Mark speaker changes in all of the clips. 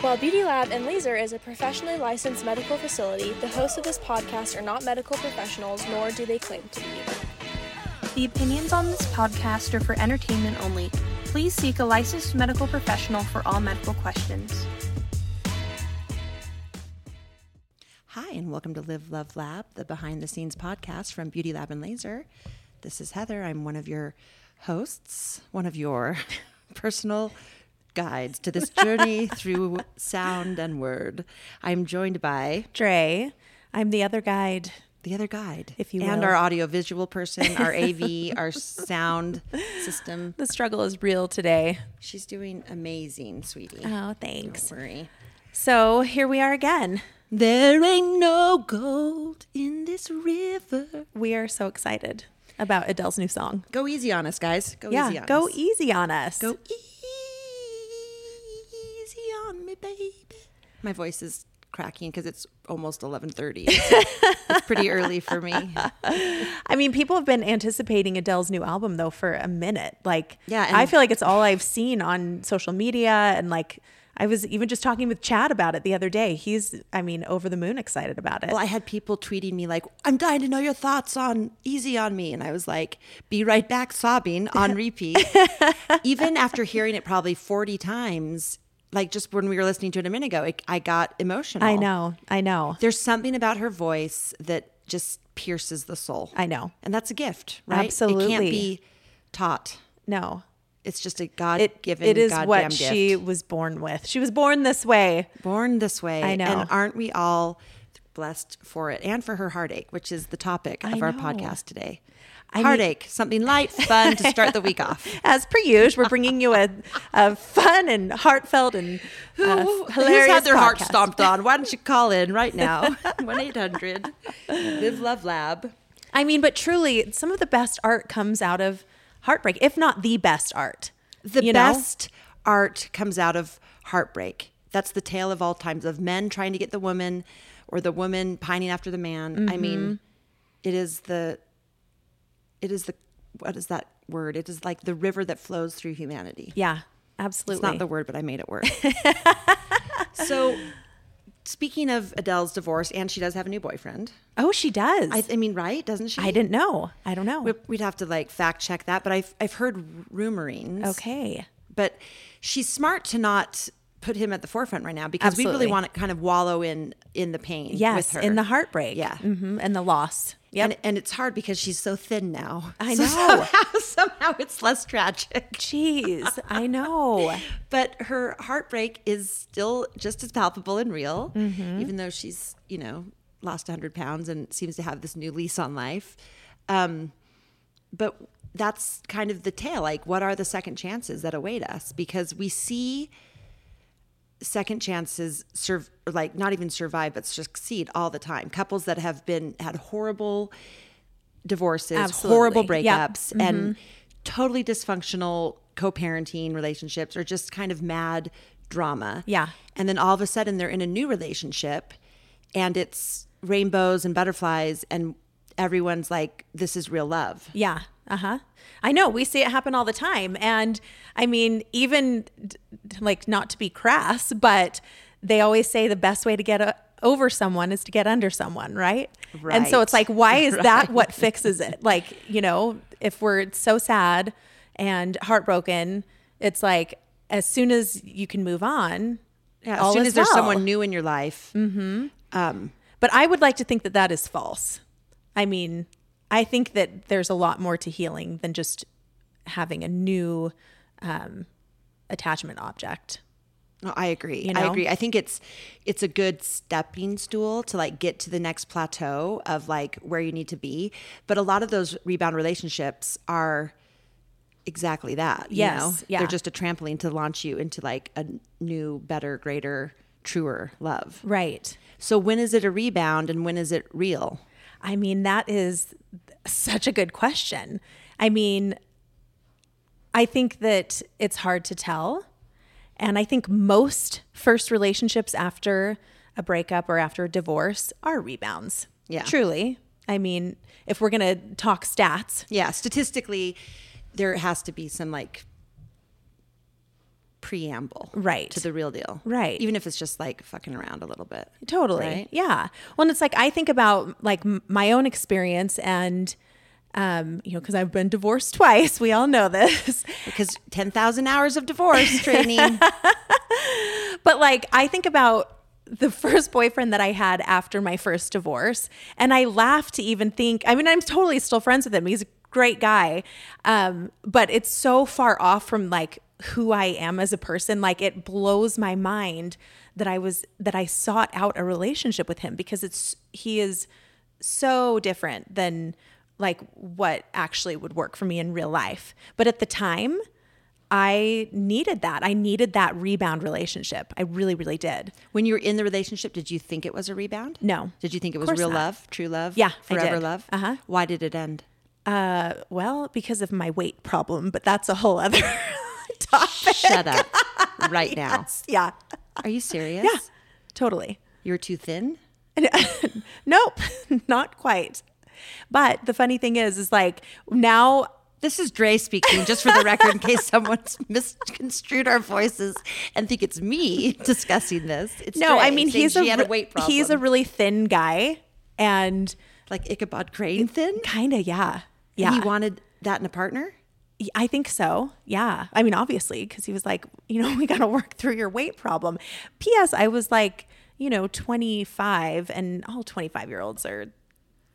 Speaker 1: While Beauty Lab and Laser is a professionally licensed medical facility, the hosts of this podcast are not medical professionals, nor do they claim to be.
Speaker 2: The opinions on this podcast are for entertainment only. Please seek a licensed medical professional for all medical questions.
Speaker 3: Hi, and welcome to Live Love Lab, the behind the scenes podcast from Beauty Lab and Laser. This is Heather. I'm one of your hosts, one of your personal guides to this journey through sound and word. I'm joined by
Speaker 4: Dre. I'm the other guide.
Speaker 3: the other guide,
Speaker 4: If you
Speaker 3: and
Speaker 4: will.
Speaker 3: our audiovisual person, our AV, our sound system.
Speaker 4: The struggle is real today.
Speaker 3: She's doing amazing, sweetie.
Speaker 4: Oh,
Speaker 3: Don't
Speaker 4: thanks.
Speaker 3: worry.
Speaker 4: So here we are again.
Speaker 3: There ain't no gold in this river.
Speaker 4: We are so excited about Adele's new song.
Speaker 3: Go easy on us, guys. Go
Speaker 4: yeah,
Speaker 3: easy on
Speaker 4: go
Speaker 3: us.
Speaker 4: easy on us.
Speaker 3: Go easy on me, baby. My voice is cracking because it's almost 11:30. It's, it's pretty early for me.
Speaker 4: I mean, people have been anticipating Adele's new album though for a minute. Like,
Speaker 3: Yeah, and-
Speaker 4: I feel like it's all I've seen on social media, and like, I was even just talking with Chad about it the other day. He's, I mean, over the moon excited about it.
Speaker 3: Well, I had people tweeting me like, "I'm dying to know your thoughts on Easy on Me," and I was like, "Be right back, sobbing on repeat." Even after hearing it probably 40 times, like just when we were listening to it a minute ago, it, I got emotional.
Speaker 4: I know, I know.
Speaker 3: There's something about her voice that just pierces the soul.
Speaker 4: I know.
Speaker 3: And that's a gift, right? It can't
Speaker 4: Absolutely.
Speaker 3: be taught.
Speaker 4: No,
Speaker 3: It's just a God
Speaker 4: it
Speaker 3: given.
Speaker 4: it is
Speaker 3: goddamn
Speaker 4: what
Speaker 3: gift.
Speaker 4: she was born with. She was born this way.
Speaker 3: born this way.
Speaker 4: I know.
Speaker 3: And aren't we all blessed for it and for her heartache, which is the topic of
Speaker 4: I
Speaker 3: our
Speaker 4: know.
Speaker 3: podcast today.
Speaker 4: mean-
Speaker 3: heartache, something light, fun to start the week off.
Speaker 4: As per usual, we're bringing you a, a fun and heartfelt and uh,
Speaker 3: Who-
Speaker 4: hilarious
Speaker 3: Who's had their heart
Speaker 4: podcast.
Speaker 3: stomped on? Why don't you call in right now? 1 800 Live Love Lab.
Speaker 4: I mean, but truly, some of the best art comes out of heartbreak, if not the best art.
Speaker 3: The
Speaker 4: you know?
Speaker 3: best art comes out of heartbreak. That's the tale of all times of men trying to get the woman or the woman pining after the man.
Speaker 4: Mm-hmm.
Speaker 3: I mean, it is the it is the what is that word? It is like the river that flows through humanity.
Speaker 4: Yeah, absolutely.
Speaker 3: It's not the word, but I made it work. so speaking of Adele's divorce, and she does have a new boyfriend.
Speaker 4: oh, she does.
Speaker 3: I,
Speaker 4: I,
Speaker 3: I mean, right? Doesn't she?
Speaker 4: didn't know. I don't know.
Speaker 3: We'd have to like fact check that, but I've I've heard rumorings
Speaker 4: okay.
Speaker 3: but she's smart to not put him at the forefront right now because we really
Speaker 4: Absolutely.
Speaker 3: want to kind of wallow in in the pain with
Speaker 4: Yes,
Speaker 3: her.
Speaker 4: in the heartbreak.
Speaker 3: Yeah.
Speaker 4: hmm and the loss. Yep.
Speaker 3: and, and it's hard because she's so thin now
Speaker 4: I
Speaker 3: So
Speaker 4: know.
Speaker 3: somehow, somehow it's less tragic
Speaker 4: Jeez, I know.
Speaker 3: but her heartbreak is still just as palpable and real
Speaker 4: Mm-hmm.
Speaker 3: even though she's you know lost 100 pounds and seems to have this new lease on life um, but that's kind of the tale like what are the second chances that await us because we see second chances serve like not even survive but succeed all the time couples that have been had horrible divorces horrible
Speaker 4: Absolutely. Yep.
Speaker 3: breakups and
Speaker 4: Mm-hmm.
Speaker 3: totally dysfunctional co-parenting relationships or just kind of mad drama
Speaker 4: Yeah.
Speaker 3: and then all of a sudden they're in a new relationship and it's rainbows and butterflies and everyone's like this is real love
Speaker 4: Yeah. Uh huh. I know. We see it happen all the time. And I mean, even d- d- like not to be crass, but they always say the best way to get o over someone is to get under someone, right? And so
Speaker 3: Right.
Speaker 4: it's like, why is that what fixes it? Like, you know, if we're so sad and heartbroken, it's like as soon as you can move on,
Speaker 3: yeah, as
Speaker 4: all
Speaker 3: soon
Speaker 4: is
Speaker 3: as there's
Speaker 4: well.
Speaker 3: someone new in your life
Speaker 4: But I would like to think that that is false. I mean, I think that there's a lot more to healing than just having a new um, attachment object.
Speaker 3: No, I agree.
Speaker 4: You
Speaker 3: I
Speaker 4: know?
Speaker 3: agree. I think it's it's a good stepping stool to like get to the next plateau of like where you need to be. But a lot of those rebound relationships are exactly that. You
Speaker 4: Yes,
Speaker 3: know?
Speaker 4: yeah.
Speaker 3: They're just a trampoline to launch you into like a new, better, greater, truer love.
Speaker 4: Right.
Speaker 3: So when is it a rebound and when is it real?
Speaker 4: I mean, that is such a good question. I mean, I think that it's hard to tell. And I think most first relationships after a breakup or after a divorce are rebounds.
Speaker 3: Yeah.
Speaker 4: Truly. I mean, if we're going to talk stats,
Speaker 3: Yeah. Statistically, there has to be some like preamble
Speaker 4: Right.
Speaker 3: to the real deal
Speaker 4: Right.
Speaker 3: even if it's just like fucking around a little bit
Speaker 4: Totally.
Speaker 3: Right?
Speaker 4: Yeah. Well, and it's like I think about like m- my own experience and um, you know, cuz I've been divorced twice. We all know this.
Speaker 3: because 10,000 hours of divorce training
Speaker 4: but like I think about the first boyfriend that I had after my first divorce, and I laugh to even think. I mean, I'm totally still friends with him. He's a great guy, um, but it's so far off from like who I am as a person. Like it blows my mind that I was that I sought out a relationship with him because it's he is so different than like what actually would work for me in real life. But at the time, I needed that. I needed that rebound relationship. I really, really did.
Speaker 3: when you were in the relationship did you think it was a rebound
Speaker 4: No.
Speaker 3: did you think it
Speaker 4: Of
Speaker 3: was
Speaker 4: course
Speaker 3: real
Speaker 4: not.
Speaker 3: love true love
Speaker 4: Yeah, I
Speaker 3: forever
Speaker 4: did.
Speaker 3: love
Speaker 4: Uh-huh.
Speaker 3: why did it end
Speaker 4: Well, because of my weight problem, but that's a whole other topic.
Speaker 3: shut up right now
Speaker 4: Yeah,
Speaker 3: are you serious
Speaker 4: yeah, totally.
Speaker 3: you're too thin
Speaker 4: Nope, not quite. But the funny thing is, is like now
Speaker 3: This is Dre speaking, just for the record, in case someone's misconstrued our voices and think it's me discussing this. It's
Speaker 4: no,
Speaker 3: Dre
Speaker 4: I mean
Speaker 3: saying
Speaker 4: he's
Speaker 3: she
Speaker 4: a,
Speaker 3: had a
Speaker 4: re-
Speaker 3: weight problem.
Speaker 4: he's a really thin guy, and
Speaker 3: like Ichabod Crane thin.
Speaker 4: kinda yeah, yeah.
Speaker 3: He wanted that in a partner.
Speaker 4: I think so. Yeah. I mean, obviously, because he was like, you know, we got to work through your weight problem. P.S. I was like, you know, 25, and all 25 year olds are,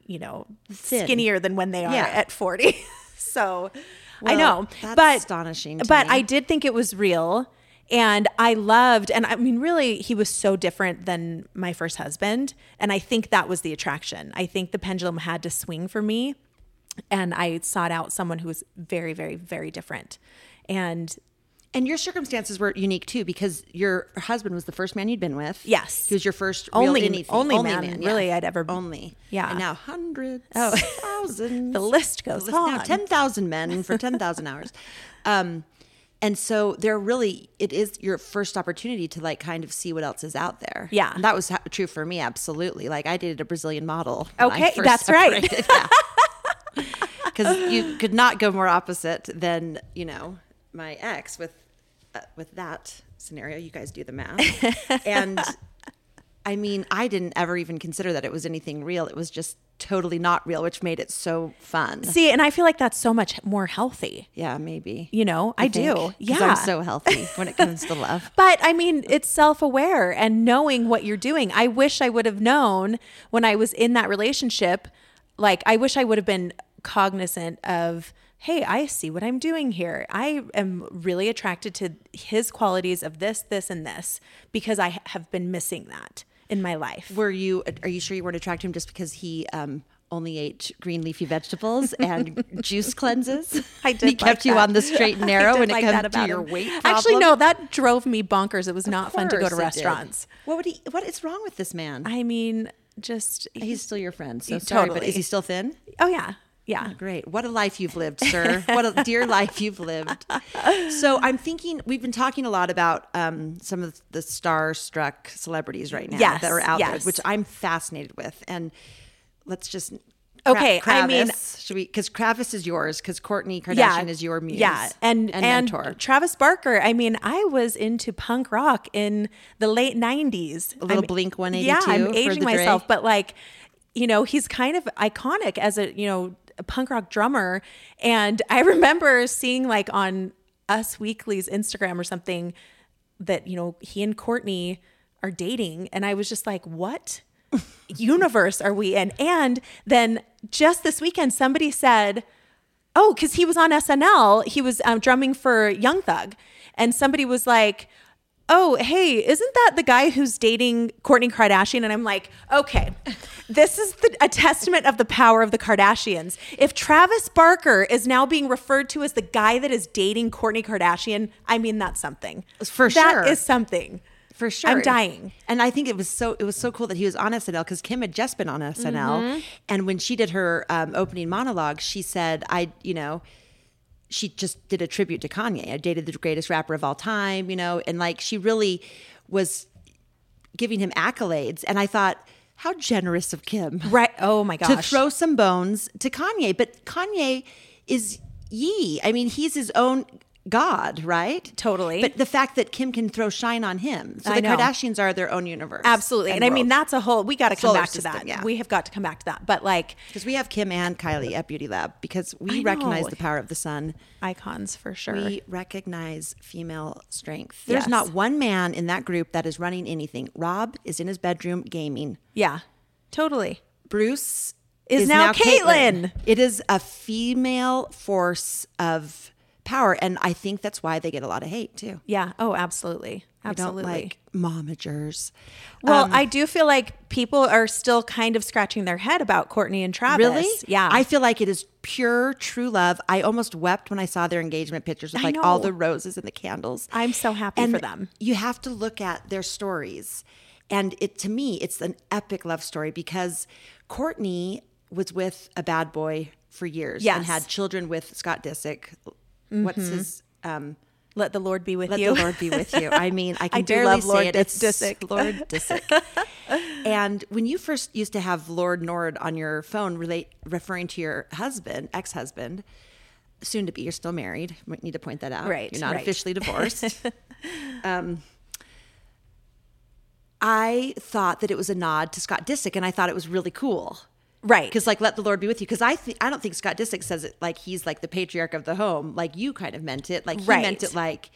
Speaker 4: you know,
Speaker 3: Thin.
Speaker 4: skinnier than when they are
Speaker 3: Yeah.
Speaker 4: at 40. so I
Speaker 3: Well,
Speaker 4: know.
Speaker 3: that's
Speaker 4: but
Speaker 3: astonishing to
Speaker 4: but
Speaker 3: me.
Speaker 4: I did think it was real. And I loved, and I mean, really, he was so different than my first husband. And I think that was the attraction. I think the pendulum had to swing for me and I sought out someone who was very, very, very different. And
Speaker 3: And your circumstances were unique too, because your husband was the first man you'd been with.
Speaker 4: Yes.
Speaker 3: he was your first
Speaker 4: Only-
Speaker 3: real anything.
Speaker 4: only man, really, I'd ever-
Speaker 3: only.
Speaker 4: Yeah.
Speaker 3: and now hundreds,
Speaker 4: Oh.
Speaker 3: thousands.
Speaker 4: the list goes
Speaker 3: Listen
Speaker 4: on.
Speaker 3: now, 10,000 men for 10,000 hours. Um, and so they're really, it is your first opportunity to like kind of see what else is out there.
Speaker 4: Yeah.
Speaker 3: And that was ha- true for me, absolutely. Like I dated a Brazilian model. when I
Speaker 4: Okay,
Speaker 3: first
Speaker 4: that's right.
Speaker 3: separated. Because you could not go more opposite than, you know, my ex with, uh, with that scenario. You guys do the math. and I mean, I didn't ever even consider that it was anything real. It was just totally not real, which made it so fun.
Speaker 4: See, and I feel like that's so much more healthy.
Speaker 3: Yeah, maybe.
Speaker 4: You know, I, do. Yeah.
Speaker 3: Because I'm so healthy when it comes to love.
Speaker 4: But I mean, it's self aware and knowing what you're doing. I wish I would have known when I was in that relationship. Like, I wish I would have been cognizant of, hey, I see what I'm doing here. I am really attracted to his qualities of this, this, and this because I ha- have been missing that in my life.
Speaker 3: Were you? uh, Are you sure you weren't attracted to him just because he um, only ate green leafy vegetables and juice cleanses?
Speaker 4: I did
Speaker 3: He kept
Speaker 4: like
Speaker 3: you
Speaker 4: that.
Speaker 3: on the straight and
Speaker 4: I
Speaker 3: narrow
Speaker 4: did
Speaker 3: when it
Speaker 4: like that
Speaker 3: comes to
Speaker 4: about
Speaker 3: your
Speaker 4: him.
Speaker 3: weight.
Speaker 4: Actually,
Speaker 3: problem?
Speaker 4: no, that drove me bonkers. It was
Speaker 3: Of
Speaker 4: not fun to go
Speaker 3: course
Speaker 4: to
Speaker 3: it did.
Speaker 4: restaurants.
Speaker 3: What would he? What is wrong with this man?
Speaker 4: I mean, just
Speaker 3: He's still your friend. So
Speaker 4: He-
Speaker 3: sorry, but
Speaker 4: totally.
Speaker 3: is he still thin?
Speaker 4: oh yeah, yeah.
Speaker 3: Great. What a life you've lived, sir. What a dear life you've lived. So I'm thinking we've been talking a lot about um, some of the starstruck celebrities right now
Speaker 4: Yes,
Speaker 3: that are out
Speaker 4: yes.
Speaker 3: there, which I'm fascinated with. And let's just
Speaker 4: Okay, I mean-
Speaker 3: Kravis, should we? Because Kravis is yours. Because Courtney Kardashian is your muse.
Speaker 4: Yeah, and and,
Speaker 3: mentor.
Speaker 4: Travis Barker. I mean, I was into punk rock in the late '90s. A
Speaker 3: little Blink 182
Speaker 4: Yeah, I'm
Speaker 3: for
Speaker 4: aging
Speaker 3: the Dre.
Speaker 4: myself, but like, you know, he's kind of iconic as a you know a punk rock drummer. And I remember seeing like on Us Weekly's Instagram or something that you know he and Courtney are dating, and I was just like, what? universe are we in? And then just this weekend, somebody said, Oh, because he was on SNL, he was um, drumming for Young Thug. And somebody was like, Oh, hey, isn't that the guy who's dating Courtney Kardashian? And I'm like, okay, this is the, a testament of the power of the Kardashians. If Travis Barker is now being referred to as the guy that is dating Courtney Kardashian, I mean, that's something.
Speaker 3: For sure.
Speaker 4: That is something.
Speaker 3: for sure.
Speaker 4: I'm dying.
Speaker 3: And I think it was so it was so cool that he was on SNL because Kim had just been on SNL, and when she did her um, opening monologue, she said, "I, you know." She just did a tribute to Kanye. I dated the greatest rapper of all time, you know, and like she really was giving him accolades. And I thought, how generous of Kim
Speaker 4: Right. Oh my gosh.
Speaker 3: to throw some bones to Kanye. But Kanye is ye. I mean, he's his own God, right?
Speaker 4: Totally.
Speaker 3: But the fact that Kim can throw shine on him. So
Speaker 4: I
Speaker 3: the
Speaker 4: know.
Speaker 3: Kardashians are their own universe.
Speaker 4: Absolutely. And, I mean, that's a whole, we got to come
Speaker 3: Solar
Speaker 4: back
Speaker 3: system,
Speaker 4: to that.
Speaker 3: yeah.
Speaker 4: We have got to come back to that. But like
Speaker 3: Because we have Kim and Kylie at Beauty Lab because we
Speaker 4: I
Speaker 3: recognize
Speaker 4: know.
Speaker 3: the power of the sun.
Speaker 4: icons for sure.
Speaker 3: We recognize female strength. There's
Speaker 4: Yes.
Speaker 3: not one man in that group that is running anything. Rob is in his bedroom gaming.
Speaker 4: yeah, totally.
Speaker 3: Bruce
Speaker 4: Is now Caitlyn.
Speaker 3: It is a female force of power, and I think that's why they get a lot of hate too.
Speaker 4: Yeah. Oh, absolutely.
Speaker 3: I don't
Speaker 4: Absolutely.
Speaker 3: like momagers. Um,
Speaker 4: well, I do feel like people are still kind of scratching their head about Courtney and Travis. Yeah.
Speaker 3: I feel like it is pure true love. I almost wept when I saw their engagement pictures with
Speaker 4: I
Speaker 3: like all
Speaker 4: know.
Speaker 3: the roses and the candles.
Speaker 4: I'm so happy
Speaker 3: and
Speaker 4: for them.
Speaker 3: You have to look at their stories. And it to me, it's an epic love story because Courtney was with a bad boy for years
Speaker 4: Yes. Mm-hmm.
Speaker 3: and had children with Scott Disick. What's his um
Speaker 4: let the Lord be with
Speaker 3: let
Speaker 4: you.
Speaker 3: the Lord be with you. I mean, I can
Speaker 4: do
Speaker 3: barely
Speaker 4: love
Speaker 3: say
Speaker 4: Lord
Speaker 3: it.
Speaker 4: Dis- Disick.
Speaker 3: Lord Disick. and when you first used to have Lord Nord on your phone, relate referring to your husband, ex-husband, soon to be, you're still married. We need to point that out.
Speaker 4: Right,
Speaker 3: you're not
Speaker 4: right.
Speaker 3: officially divorced. um, I thought that it was a nod to Scott Disick, and I thought it was really cool.
Speaker 4: right.
Speaker 3: Because like let the Lord be with you. Because I th- I don't think Scott Disick says it like he's like the patriarch of the home. Like you kind of meant it. Like he
Speaker 4: Right.
Speaker 3: meant it like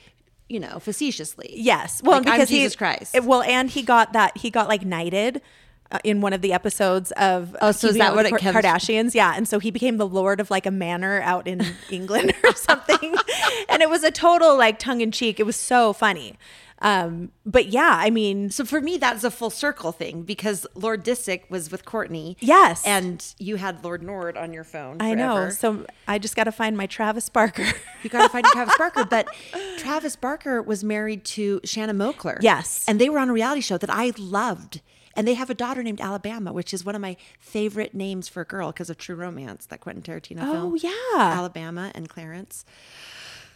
Speaker 3: you know facetiously.
Speaker 4: Yes. Well,
Speaker 3: Like, I'm
Speaker 4: because he-
Speaker 3: Jesus Christ.
Speaker 4: it- well, and he got that he got like knighted uh, in one of the episodes of
Speaker 3: Oh, so is
Speaker 4: Keeping
Speaker 3: that
Speaker 4: Up with
Speaker 3: what it
Speaker 4: the Kar-
Speaker 3: comes-
Speaker 4: Kardashians? Yeah, and so he became the lord of like a manor out in England or something, and it was a total like tongue in cheek. It was so funny, um, but yeah, I mean,
Speaker 3: So for me, that's a full circle thing because Lord Disick was with Courtney.
Speaker 4: Yes.
Speaker 3: And you had Lord Nord on your phone.
Speaker 4: I know.
Speaker 3: forever.
Speaker 4: So I just got to find my Travis Barker.
Speaker 3: you got to find Travis Barker. But Travis Barker was married to Shanna Mokler.
Speaker 4: Yes.
Speaker 3: And they were on a reality show that I loved. And they have a daughter named Alabama, which is one of my favorite names for a girl because of True Romance, that Quentin Tarantino film.
Speaker 4: Oh, yeah.
Speaker 3: Alabama and Clarence.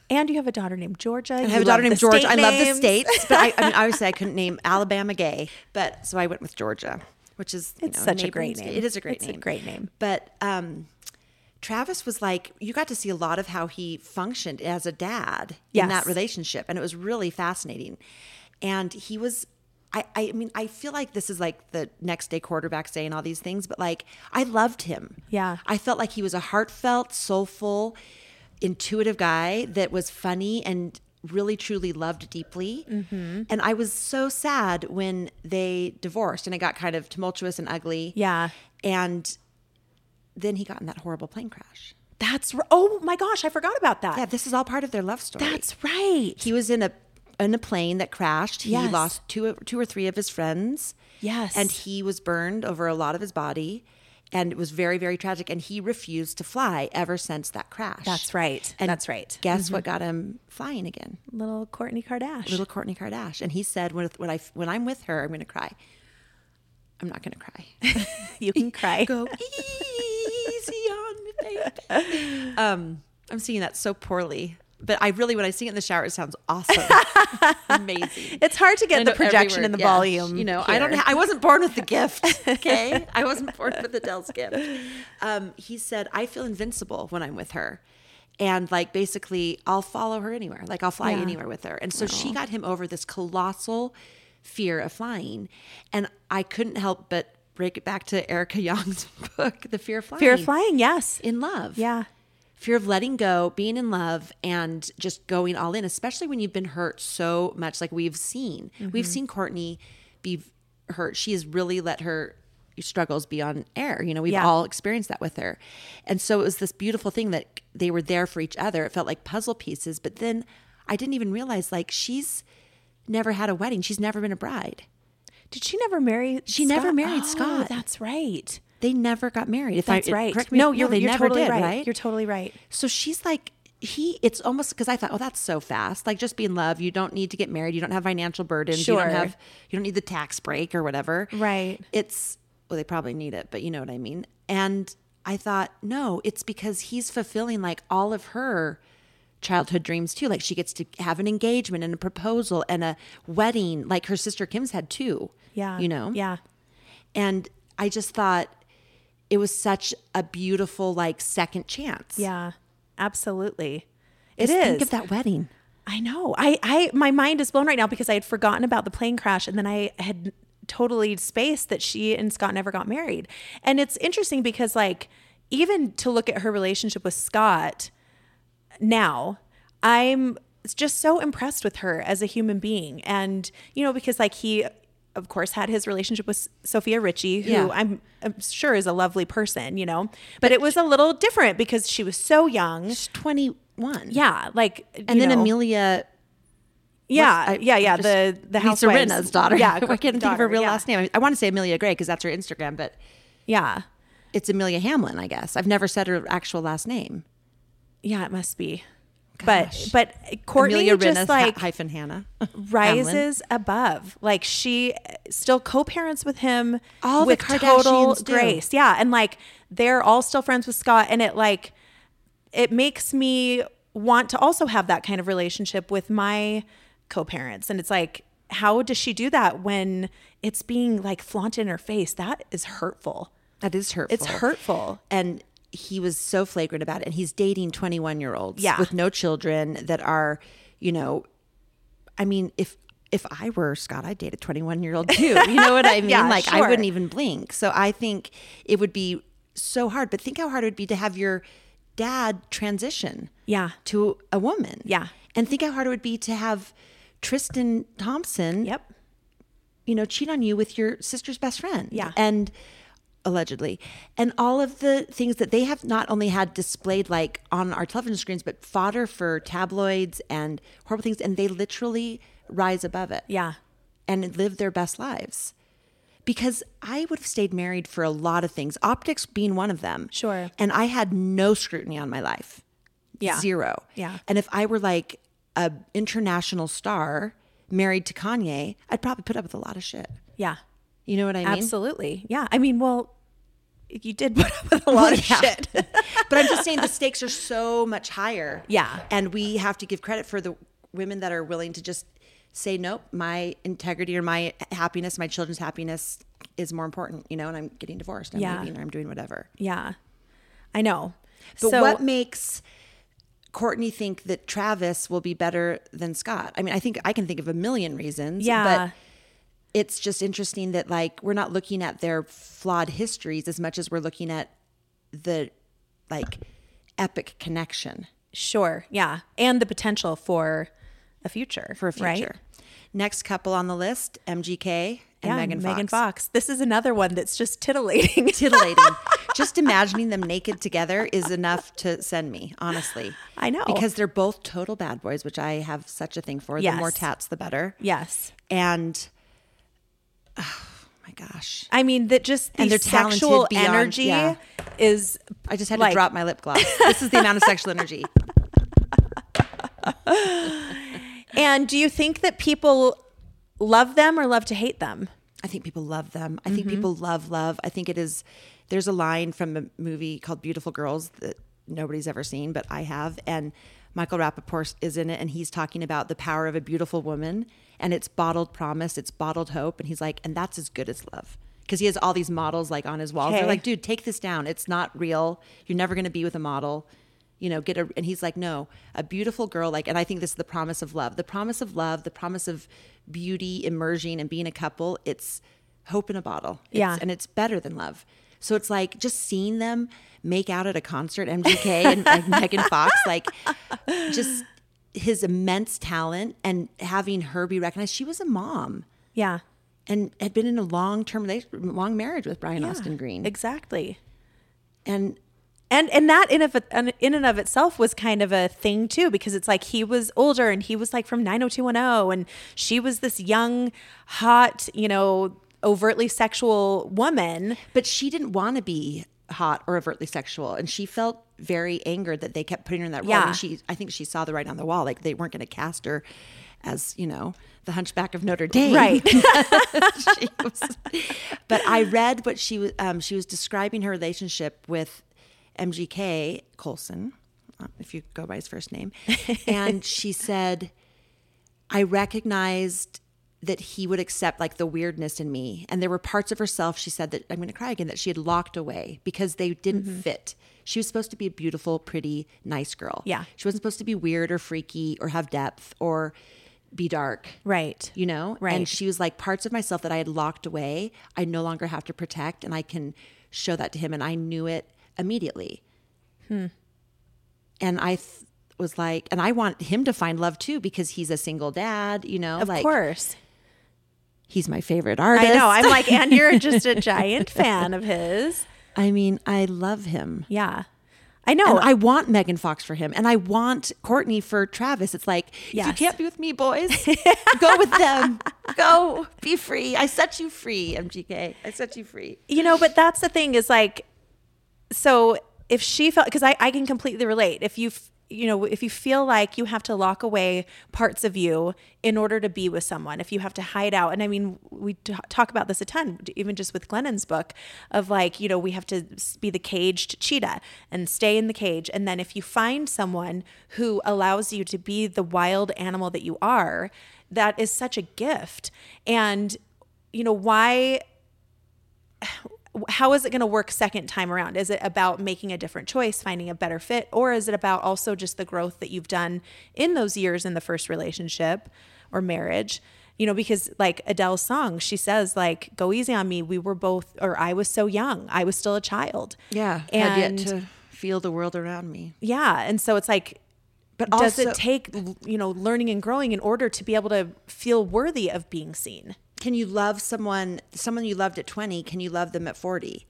Speaker 4: and you have a daughter named Georgia.
Speaker 3: I have a daughter named Georgia. I love the states, but I, I mean, obviously, I couldn't name Alabama gay, but so I went with Georgia, which is you
Speaker 4: It's
Speaker 3: know,
Speaker 4: such a
Speaker 3: neighboring
Speaker 4: great
Speaker 3: state.
Speaker 4: name.
Speaker 3: It is a great
Speaker 4: It's a
Speaker 3: name.
Speaker 4: great name.
Speaker 3: But um, Travis was like, you got to see a lot of how he functioned as a dad in that
Speaker 4: Yes.
Speaker 3: relationship, and it was really fascinating. And he was. I, I mean, I feel like this is like the next day quarterback saying all these things, but like I loved him.
Speaker 4: Yeah.
Speaker 3: I felt like he was a heartfelt, soulful, intuitive guy that was funny and really truly loved deeply.
Speaker 4: Mm-hmm.
Speaker 3: And I was so sad when they divorced and it got kind of tumultuous and ugly.
Speaker 4: Yeah.
Speaker 3: And then he got in that horrible plane crash.
Speaker 4: That's r- oh my gosh, I forgot about that.
Speaker 3: Yeah, this is all part of their love story.
Speaker 4: That's right.
Speaker 3: he was in a in a plane that crashed. He
Speaker 4: Yes.
Speaker 3: lost two two or three of his friends.
Speaker 4: Yes.
Speaker 3: And he was burned over a lot of his body. And it was very, very tragic. And he refused to fly ever since that crash.
Speaker 4: That's right. Mm-hmm. That's right.
Speaker 3: Guess what got him flying again?
Speaker 4: little Courtney Kardashian.
Speaker 3: Little Courtney Kardashian. And he said, when, when, I, when I'm with her, I'm going to cry. I'm not going to cry.
Speaker 4: you can cry.
Speaker 3: Go easy on me, baby. Um, I'm singing that so poorly. But I really, when I sing it in the shower, it sounds awesome. Amazing.
Speaker 4: It's hard to get the
Speaker 3: I know every
Speaker 4: projection
Speaker 3: word,
Speaker 4: and the
Speaker 3: yeah.
Speaker 4: volume.
Speaker 3: You know, I don't.
Speaker 4: here.
Speaker 3: Ha- I wasn't born with the gift. Okay, I wasn't born with Adele's gift. Um, he said, "I feel invincible when I'm with her." And like basically, I'll follow her anywhere. Like I'll fly
Speaker 4: Yeah.
Speaker 3: anywhere with her. And so she got him over this colossal fear of flying. And I couldn't help but break it back to Erica Young's book, The Fear of Flying.
Speaker 4: fear of flying. Yes.
Speaker 3: in love
Speaker 4: Yeah.
Speaker 3: fear of letting go, being in love, and just going all in, especially when you've been hurt so much, like we've seen.
Speaker 4: Mm-hmm.
Speaker 3: We've seen Courtney be hurt. She has really let her struggles be on air. You know, we've
Speaker 4: Yeah.
Speaker 3: all experienced that with her. And so it was this beautiful thing that they were there for each other. It felt like puzzle pieces. But then I didn't even realize, like, she's never had a wedding, she's never been a bride.
Speaker 4: Did she never marry?
Speaker 3: She never married
Speaker 4: Oh,
Speaker 3: Scott.
Speaker 4: That's right.
Speaker 3: They never got married. If
Speaker 4: That's
Speaker 3: I,
Speaker 4: right.
Speaker 3: Correct me
Speaker 4: no,
Speaker 3: if
Speaker 4: you're,
Speaker 3: they
Speaker 4: you're
Speaker 3: never
Speaker 4: totally
Speaker 3: did,
Speaker 4: right.
Speaker 3: right?
Speaker 4: You're totally right.
Speaker 3: So she's like, he, it's almost because I thought, oh, that's so fast. Like just be in love. You don't need to get married. You don't have financial burdens. You
Speaker 4: Sure.
Speaker 3: don't have, you don't need the tax break or whatever.
Speaker 4: Right.
Speaker 3: It's, well, they probably need it, but you know what I mean. And I thought, no, it's because he's fulfilling like all of her childhood dreams too. Like she gets to have an engagement and a proposal and a wedding, like her sister Kim's had too.
Speaker 4: Yeah.
Speaker 3: You know?
Speaker 4: Yeah.
Speaker 3: And I just thought it was such a beautiful, like, second chance.
Speaker 4: Yeah. Absolutely. It is.
Speaker 3: Think of that wedding.
Speaker 4: I know. I, I my mind is blown right now because I had forgotten about the plane crash and then I had totally spaced that she and Scott never got married. And it's interesting because like even to look at her relationship with Scott now, I'm just so impressed with her as a human being. And you know because like he of course had his relationship with Sophia Ritchie who
Speaker 3: Yeah.
Speaker 4: I'm, I'm sure is a lovely person, you know. But, it was a little different because she was so young.
Speaker 3: She's 21.
Speaker 4: Yeah, like
Speaker 3: And
Speaker 4: you
Speaker 3: then
Speaker 4: know.
Speaker 3: Amelia
Speaker 4: Yeah,
Speaker 3: I-
Speaker 4: yeah, yeah.
Speaker 3: just-
Speaker 4: The the
Speaker 3: Lisa
Speaker 4: housewives.
Speaker 3: Rinna's daughter.
Speaker 4: Yeah,
Speaker 3: I can't think of her
Speaker 4: daughter,
Speaker 3: real
Speaker 4: yeah.
Speaker 3: last name. I, want to say Amelia Gray because that's her Instagram, but
Speaker 4: Yeah,
Speaker 3: it's Amelia Hamlin, I guess. I've never said her actual last name.
Speaker 4: yeah. It must be.
Speaker 3: Gosh.
Speaker 4: But but Courtney
Speaker 3: Amelia
Speaker 4: just
Speaker 3: Rinna's
Speaker 4: like
Speaker 3: ha- hyphen Hannah
Speaker 4: rises above. Like she eh, still co-parents with him.
Speaker 3: All the
Speaker 4: with total
Speaker 3: Kardashians do.
Speaker 4: grace. Yeah, and like they're all still friends with Scott, and it like it makes me want to also have that kind of relationship with my co-parents, and it's like. How does she do that when it's being like flaunted in her face? That is hurtful.
Speaker 3: That is hurtful.
Speaker 4: It's hurtful.
Speaker 3: and he was so flagrant about it. And he's dating 21 year olds
Speaker 4: Yeah.
Speaker 3: with no children that are, you know, I mean, if if I were Scott, I'd date a 21 year old too. You know what I mean?
Speaker 4: Yeah,
Speaker 3: like I
Speaker 4: sure.
Speaker 3: wouldn't even blink. So I think it would be so hard. But think how hard it would be to have your dad transition
Speaker 4: Yeah.
Speaker 3: to a woman.
Speaker 4: Yeah.
Speaker 3: And think how hard it would be to have Tristan Thompson
Speaker 4: Yep.
Speaker 3: you know, cheat on you with your sister's best friend.
Speaker 4: Yeah.
Speaker 3: And allegedly. And all of the things that they have not only had displayed like on our television screens, but fodder for tabloids and horrible things. And they literally rise above it
Speaker 4: Yeah.
Speaker 3: and live their best lives. Because I would have stayed married for a lot of things, optics being one of them.
Speaker 4: Sure.
Speaker 3: And I had no scrutiny on my life.
Speaker 4: Yeah.
Speaker 3: Zero.
Speaker 4: Yeah.
Speaker 3: And if I were like a international star married to Kanye, I'd probably put up with a lot of shit.
Speaker 4: Yeah.
Speaker 3: You know what I mean?
Speaker 4: Absolutely. Yeah. I mean, well, you did put up with a lot of
Speaker 3: Yeah.
Speaker 4: shit.
Speaker 3: but I'm just saying the stakes are so much higher.
Speaker 4: Yeah.
Speaker 3: And we have to give credit for the women that are willing to just say, nope, my integrity or my happiness, my children's happiness is more important, you know, and I'm getting divorced. I'm
Speaker 4: Yeah.
Speaker 3: leaving or I'm doing whatever.
Speaker 4: yeah. I know.
Speaker 3: But
Speaker 4: so,
Speaker 3: what makes Courtney think that Travis will be better than Scott? I mean, I think I can think of a million reasons.
Speaker 4: Yeah.
Speaker 3: But it's just interesting that like we're not looking at their flawed histories as much as we're looking at the like epic connection
Speaker 4: sure. Yeah. And the potential for a future.
Speaker 3: for a future.
Speaker 4: Right?
Speaker 3: Next couple on the list, MGK and
Speaker 4: Yeah,
Speaker 3: Megan Fox.
Speaker 4: Megan Fox. This is another one that's just titillating.
Speaker 3: Titillating. just imagining them naked together is enough to send me, honestly.
Speaker 4: I know.
Speaker 3: Because they're both total bad boys, which I have such a thing for. The more
Speaker 4: Yes.
Speaker 3: tats, the better.
Speaker 4: yes.
Speaker 3: And oh my gosh.
Speaker 4: I mean, that just the
Speaker 3: And they're talented
Speaker 4: sexual
Speaker 3: beyond-
Speaker 4: energy
Speaker 3: yeah.
Speaker 4: is
Speaker 3: I just had
Speaker 4: Like-
Speaker 3: to drop my lip gloss. This is the amount of sexual energy.
Speaker 4: And do you think that people love them or love to hate them?
Speaker 3: I think people love them. I think people love love. I think it is. There's a line from a movie called Beautiful Girls that nobody's ever seen, but I have. And Michael Rappaport is in it, and he's talking about the power of a beautiful woman and it's bottled promise, it's bottled hope. And he's like, and that's as good as love. Because he has all these models like on his walls. They're
Speaker 4: Okay.
Speaker 3: like, dude, take this down. It's not real. You're never going to be with a model. You know, get a. And he's like, no, a beautiful girl. Like, and I think this is the promise of love. The promise of love, the promise of beauty, emerging and being a couple. It's hope in a bottle. It's-
Speaker 4: Yeah.
Speaker 3: And it's better than love. So it's like just seeing them make out at a concert, MGK and, and Megan Fox, like just his immense talent and having her be recognized. She was a mom
Speaker 4: Yeah.
Speaker 3: and had been in a long term, long marriage with Brian Austin Green.
Speaker 4: Exactly.
Speaker 3: and
Speaker 4: and and that in of an- in and of itself was kind of a thing too because it's like he was older and he was like from 90210 and she was this young hot you know overtly sexual woman
Speaker 3: but she didn't want to be hot or overtly sexual, and she felt very angered that they kept putting her in that role. I mean,
Speaker 4: Yeah.
Speaker 3: she, I think she saw the writing on the wall, like they weren't going to cast her as you know the Hunchback of Notre Dame, She was- but I read what she was. Um, she was describing her relationship with MGK Colson, um, if you go by his first name, and she said, "I recognized." That he would accept like the weirdness in me. And there were parts of herself, she said that I'm gonna cry again, that she had locked away because they didn't fit. She was supposed to be a beautiful, pretty, nice girl.
Speaker 4: Yeah.
Speaker 3: She wasn't supposed to be weird or freaky or have depth or be dark.
Speaker 4: Right.
Speaker 3: You know?
Speaker 4: Right.
Speaker 3: And she was like, parts of myself that I had locked away, I no longer have to protect and I can show that to him. And I knew it immediately.
Speaker 4: Hmm.
Speaker 3: And I th- was like, and I want him to find love too because he's a single dad, you know?
Speaker 4: Of
Speaker 3: like,
Speaker 4: course.
Speaker 3: He's my favorite artist.
Speaker 4: I know. I'm like, and you're just a giant fan of his.
Speaker 3: I mean, I love him.
Speaker 4: Yeah. I know.
Speaker 3: And I want Megan Fox for him, and I want Courtney for Travis. It's like if you
Speaker 4: Yes.
Speaker 3: can't be with me, boys, go with them. Go be free. I set you free, MGK. I set you free.
Speaker 4: you know but that's the thing is like so if she felt because I, I can completely relate if you f- you know if you feel like you have to lock away parts of you in order to be with someone if you have to hide out and i mean we t- talk about this a ton d- even just with glennon's book of like you know we have to s- be the caged cheetah and stay in the cage and then if you find someone who allows you to be the wild animal that you are that is such a gift and you know why how is it going to work second time around? Is it about making a different choice, finding a better fit, or is it about also just the growth that you've done in those years in the first relationship or marriage? You know, because like Adele's song, she says like go easy on me, we were both or I was so young. I was still a child.
Speaker 3: Yeah,
Speaker 4: And
Speaker 3: had yet to feel the world around me.
Speaker 4: yeah, and so it's like
Speaker 3: But
Speaker 4: does
Speaker 3: also,
Speaker 4: it take you know learning and growing in order to be able to feel worthy of being seen?
Speaker 3: can you love someone? Someone you loved at twenty? Can you love them at forty?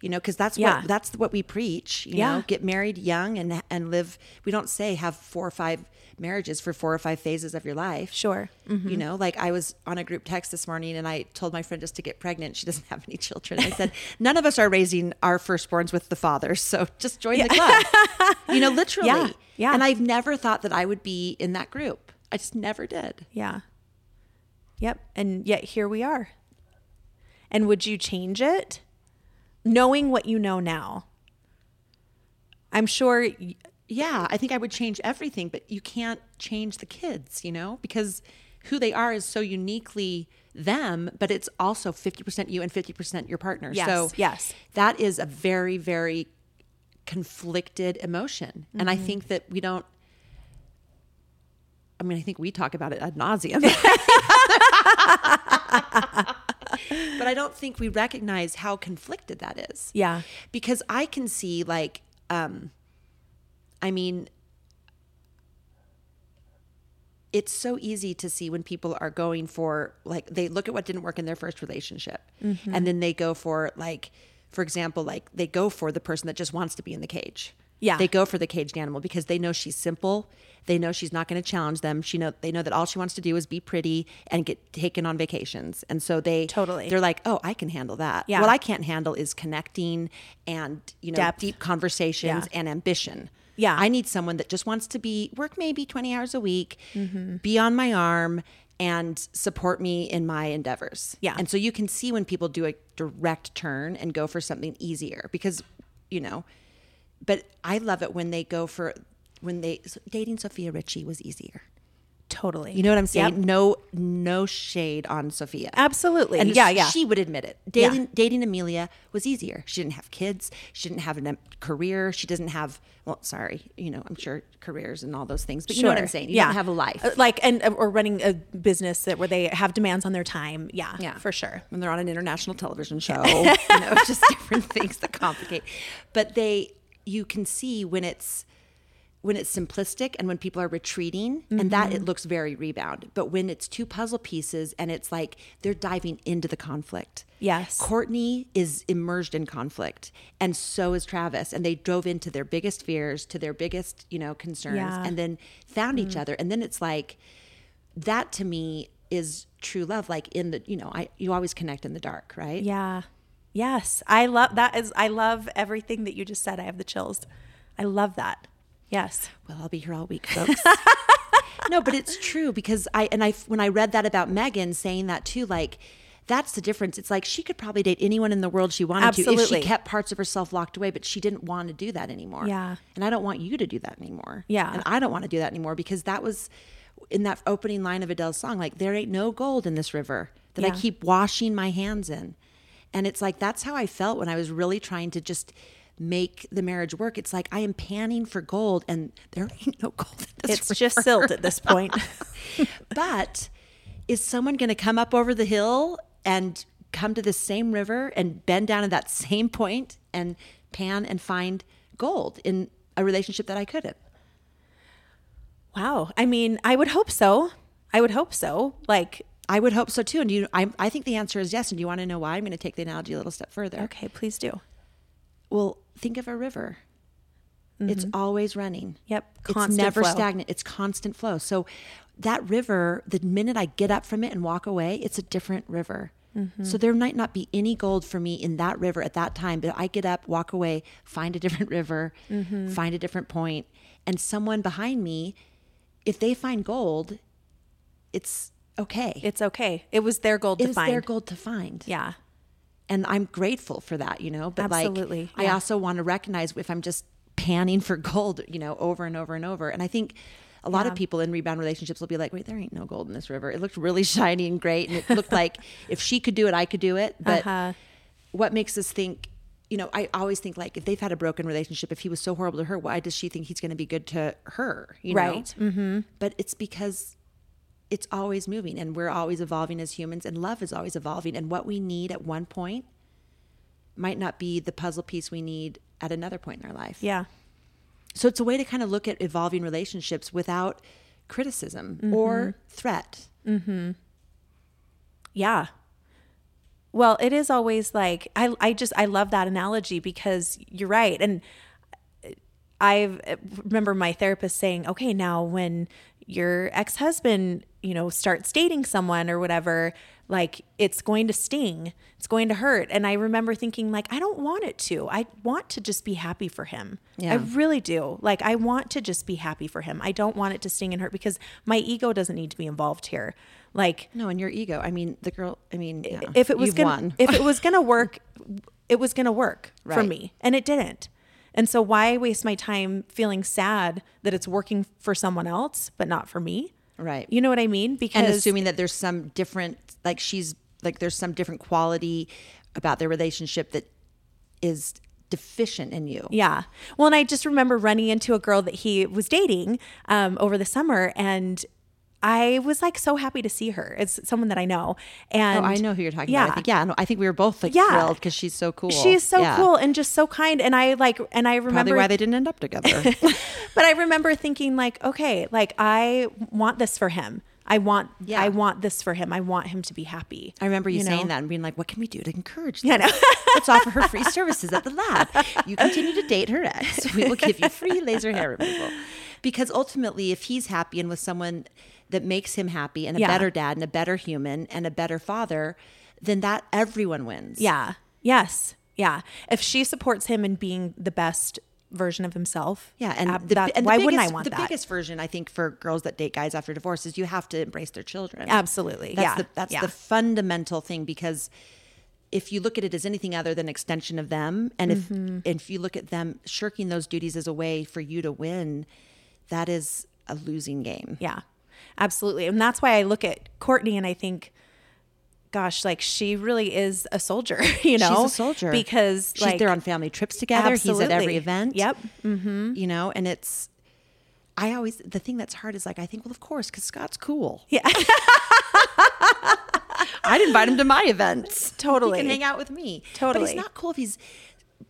Speaker 3: You know, because that's
Speaker 4: Yeah.
Speaker 3: what that's what we preach. You
Speaker 4: Yeah.
Speaker 3: know, get married young and and live. We don't say have four or five marriages for four or five phases of your life.
Speaker 4: Sure.
Speaker 3: You know, like I was on a group text this morning and I told my friend just to get pregnant. She doesn't have any children. I said, none of us are raising our firstborns with the fathers. So just join the club. you know, literally.
Speaker 4: Yeah, yeah.
Speaker 3: And I've never thought that I would be in that group. I just never did.
Speaker 4: Yeah. Yep. And yet here we are. And would you change it? Knowing what you know now. I'm sure y-
Speaker 3: Yeah. I think I would change everything, but you can't change the kids, you know, because who they are is so uniquely them, but it's also 50% you and 50% your partner.
Speaker 4: Yes,
Speaker 3: so
Speaker 4: yes.
Speaker 3: that is a very, very conflicted emotion. And I
Speaker 4: Mm-hmm.
Speaker 3: think that we don't. I mean, I think we talk about it ad nauseum. but I don't think we recognize how conflicted that is.
Speaker 4: Yeah.
Speaker 3: Because I can see, like, um, I mean, it's so easy to see when people are going for like they look at what didn't work in their first relationship
Speaker 4: Mm-hmm.
Speaker 3: and then they go for like for example like they go for the person that just wants to be in the cage
Speaker 4: Yeah.
Speaker 3: they go for the caged animal because they know she's simple they know she's not going to challenge them she know they know that all she wants to do is be pretty and get taken on vacations and so they
Speaker 4: Totally.
Speaker 3: they're like oh i can handle that
Speaker 4: Yeah.
Speaker 3: what i can't handle is connecting and you know
Speaker 4: Depth.
Speaker 3: deep conversations
Speaker 4: Yeah.
Speaker 3: and ambition
Speaker 4: Yeah.
Speaker 3: I need someone that just wants to be work maybe 20 hours a week, be on my arm and support me in my endeavors.
Speaker 4: Yeah.
Speaker 3: And so you can see when people do a direct turn and go for something easier because, you know, but I love it when they go for when they so dating Sophia Richie was easier.
Speaker 4: totally.
Speaker 3: You know what I'm saying?
Speaker 4: Yep.
Speaker 3: No no shade on Sophia.
Speaker 4: Absolutely.
Speaker 3: And
Speaker 4: yeah, yeah.
Speaker 3: she would admit it.
Speaker 4: Yeah.
Speaker 3: Dating, dating Amelia was easier. She didn't have kids. She didn't have a career. She doesn't have, well, sorry, you know, I'm sure careers and all those things, but you know what I'm
Speaker 4: Sure.
Speaker 3: saying? You don't have a life.
Speaker 4: Uh, Like and or running a business that where they have demands on their time. Yeah.
Speaker 3: Yeah.
Speaker 4: For sure.
Speaker 3: When they're on an international television show, you know, just different things that complicate. But they, you can see when it's, when it's simplistic and when people are retreating and
Speaker 4: Mm-hmm.
Speaker 3: that it looks very rebound but when it's two puzzle pieces and it's like they're diving into the conflict
Speaker 4: Yes.
Speaker 3: Courtney is immersed in conflict, and so is Travis. And they drove into their biggest fears, to their biggest, you know, concerns,
Speaker 4: Yeah. Mm.
Speaker 3: and then found each other. And then it's like that to me is true love. Like in the, you know, I you always connect in the dark, right?
Speaker 4: Yeah. Yes. I love that is I love everything that you just said. I have the chills. I love that. Yes.
Speaker 3: Well, I'll be here all week, folks. no, but it's true because I and I when I read that about Megan saying that too, like. That's the difference. It's like she could probably date anyone in the world she wanted to if
Speaker 4: Absolutely.
Speaker 3: she kept parts of herself locked away, but she didn't want to do that anymore.
Speaker 4: Yeah.
Speaker 3: And I don't want you to do that anymore.
Speaker 4: Yeah.
Speaker 3: And I don't want to do that anymore because that was in that opening line of Adele's song, like, there ain't no gold in this river that I
Speaker 4: Yeah.
Speaker 3: keep washing my hands in. And it's like, that's how I felt when I was really trying to just make the marriage work. It's like I am panning for gold, and there ain't no gold. In this
Speaker 4: It's just silt at this point.
Speaker 3: but is someone going to come up over the hill and come to the same river and bend down at that same point and pan and find gold in a relationship that I couldn't?
Speaker 4: wow. I mean, I would hope so. I would hope so. Like,
Speaker 3: I would hope so too. And you, I, I think the answer is yes. And you want to know why? I'm going to take the analogy a little step further.
Speaker 4: okay, please do.
Speaker 3: Well, think of a river. It's
Speaker 4: Mm-hmm.
Speaker 3: always running.
Speaker 4: Yep,
Speaker 3: it's
Speaker 4: constant
Speaker 3: never
Speaker 4: flow.
Speaker 3: stagnant. It's constant flow. So that river, the minute I get up from it and walk away, it's a different river.
Speaker 4: Mm-hmm.
Speaker 3: So there might not be any gold for me in that river at that time, but I get up, walk away, find a different river,
Speaker 4: Mm-hmm.
Speaker 3: find a different point, and someone behind me, if they find gold, it's okay.
Speaker 4: It's okay. It was their goal
Speaker 3: It
Speaker 4: to
Speaker 3: is
Speaker 4: find.
Speaker 3: their gold to find
Speaker 4: Yeah.
Speaker 3: and I'm grateful for that, you know. But
Speaker 4: Absolutely,
Speaker 3: like, I
Speaker 4: yeah.
Speaker 3: also want to recognize if I'm just panning for gold, you know, over and over and over. And I think a lot of people in rebound relationships will be like, "Wait, there ain't no gold in this river. It looked really shiny and great, and it looked like if she could do it, I could do it." But
Speaker 4: Uh-huh.
Speaker 3: what makes us think? You know, I always think like if they've had a broken relationship, if he was so horrible to her, why does she think he's going to be good to her? You
Speaker 4: Right.
Speaker 3: Know? Mm-hmm. But it's because it's always moving and we're always evolving as humans and love is always evolving and what we need at one point might not be the puzzle piece we need at another point in our life
Speaker 4: Yeah.
Speaker 3: so it's a way to kind of look at evolving relationships without criticism or threat
Speaker 4: Yeah. Well, it is always like I I just I love that analogy because you're right and I remember my therapist saying, "Okay, now when your ex-husband, you know, starts dating someone or whatever, like it's going to sting. It's going to hurt." And I remember thinking like, "I don't want it to. I want to just be happy for him. I
Speaker 3: Yeah.
Speaker 4: really do. Like I want to just be happy for him. I don't want it to sting and hurt because my ego doesn't need to be involved here." Like
Speaker 3: no and your ego i mean the girl i mean yeah,
Speaker 4: if it was
Speaker 3: you've
Speaker 4: gonna
Speaker 3: won.
Speaker 4: if it was gonna work, it was gonna work for
Speaker 3: Right.
Speaker 4: me, and it didn't. And so why waste my time feeling sad that it's working for someone else but not for me?
Speaker 3: right
Speaker 4: You know what I mean? Because
Speaker 3: and assuming that there's some different like she's like there's some different quality about their relationship that is deficient in you
Speaker 4: Yeah. Well, and I just remember running into a girl that he was dating um, over the summer, and I was like so happy to see her. It's someone that I know, and
Speaker 3: Oh, I know who you're talking about.
Speaker 4: Yeah.
Speaker 3: I think, yeah, no, I think we were both like
Speaker 4: Yeah.
Speaker 3: thrilled because she's so cool.
Speaker 4: She is so
Speaker 3: Yeah.
Speaker 4: cool and just so kind. And I like, and I remember
Speaker 3: Probably why they didn't end up together.
Speaker 4: but I remember thinking like, okay, like I want this for him. I want
Speaker 3: Yeah.
Speaker 4: I want this for him. I want him to be happy.
Speaker 3: I remember you,
Speaker 4: know?
Speaker 3: saying that and being like, "What can we do to encourage?"
Speaker 4: Yeah, I
Speaker 3: this?
Speaker 4: know.
Speaker 3: Let's offer her free services at the lab. You continue to date her ex. We will give you free laser hair removal. Because ultimately, if he's happy and with someone that makes him happy and a
Speaker 4: Yeah.
Speaker 3: better dad and a better human and a better father, then that everyone wins.
Speaker 4: Yeah. Yes. Yeah. If she supports him in being the best version of himself.
Speaker 3: Yeah, and,
Speaker 4: ab-
Speaker 3: the,
Speaker 4: that-
Speaker 3: and the
Speaker 4: why wouldn't I
Speaker 3: biggest-
Speaker 4: want
Speaker 3: the
Speaker 4: that?
Speaker 3: biggest version I think for girls that date guys after divorce is you have to embrace their children.
Speaker 4: Absolutely.
Speaker 3: That's
Speaker 4: yeah.
Speaker 3: the that's
Speaker 4: yeah.
Speaker 3: the fundamental thing because if you look at it as anything other than extension of them, and if if you look at them shirking those duties as a way for you to win, that is a losing game.
Speaker 4: Yeah, absolutely. And that's why I look at Courtney and I think, gosh, like she really is a soldier, you know?
Speaker 3: She's a soldier
Speaker 4: Because
Speaker 3: She's,
Speaker 4: like,
Speaker 3: they're on family trips together. He's at
Speaker 4: absolutely.
Speaker 3: every event. mm-hmm.
Speaker 4: Yep.
Speaker 3: You know, and it's. I always the thing that's hard is like I think well of course because Scott's cool.
Speaker 4: Yeah.
Speaker 3: I'd invite him to my events.
Speaker 4: Totally.
Speaker 3: he can hang out with me. but
Speaker 4: Totally.
Speaker 3: he's not cool if he's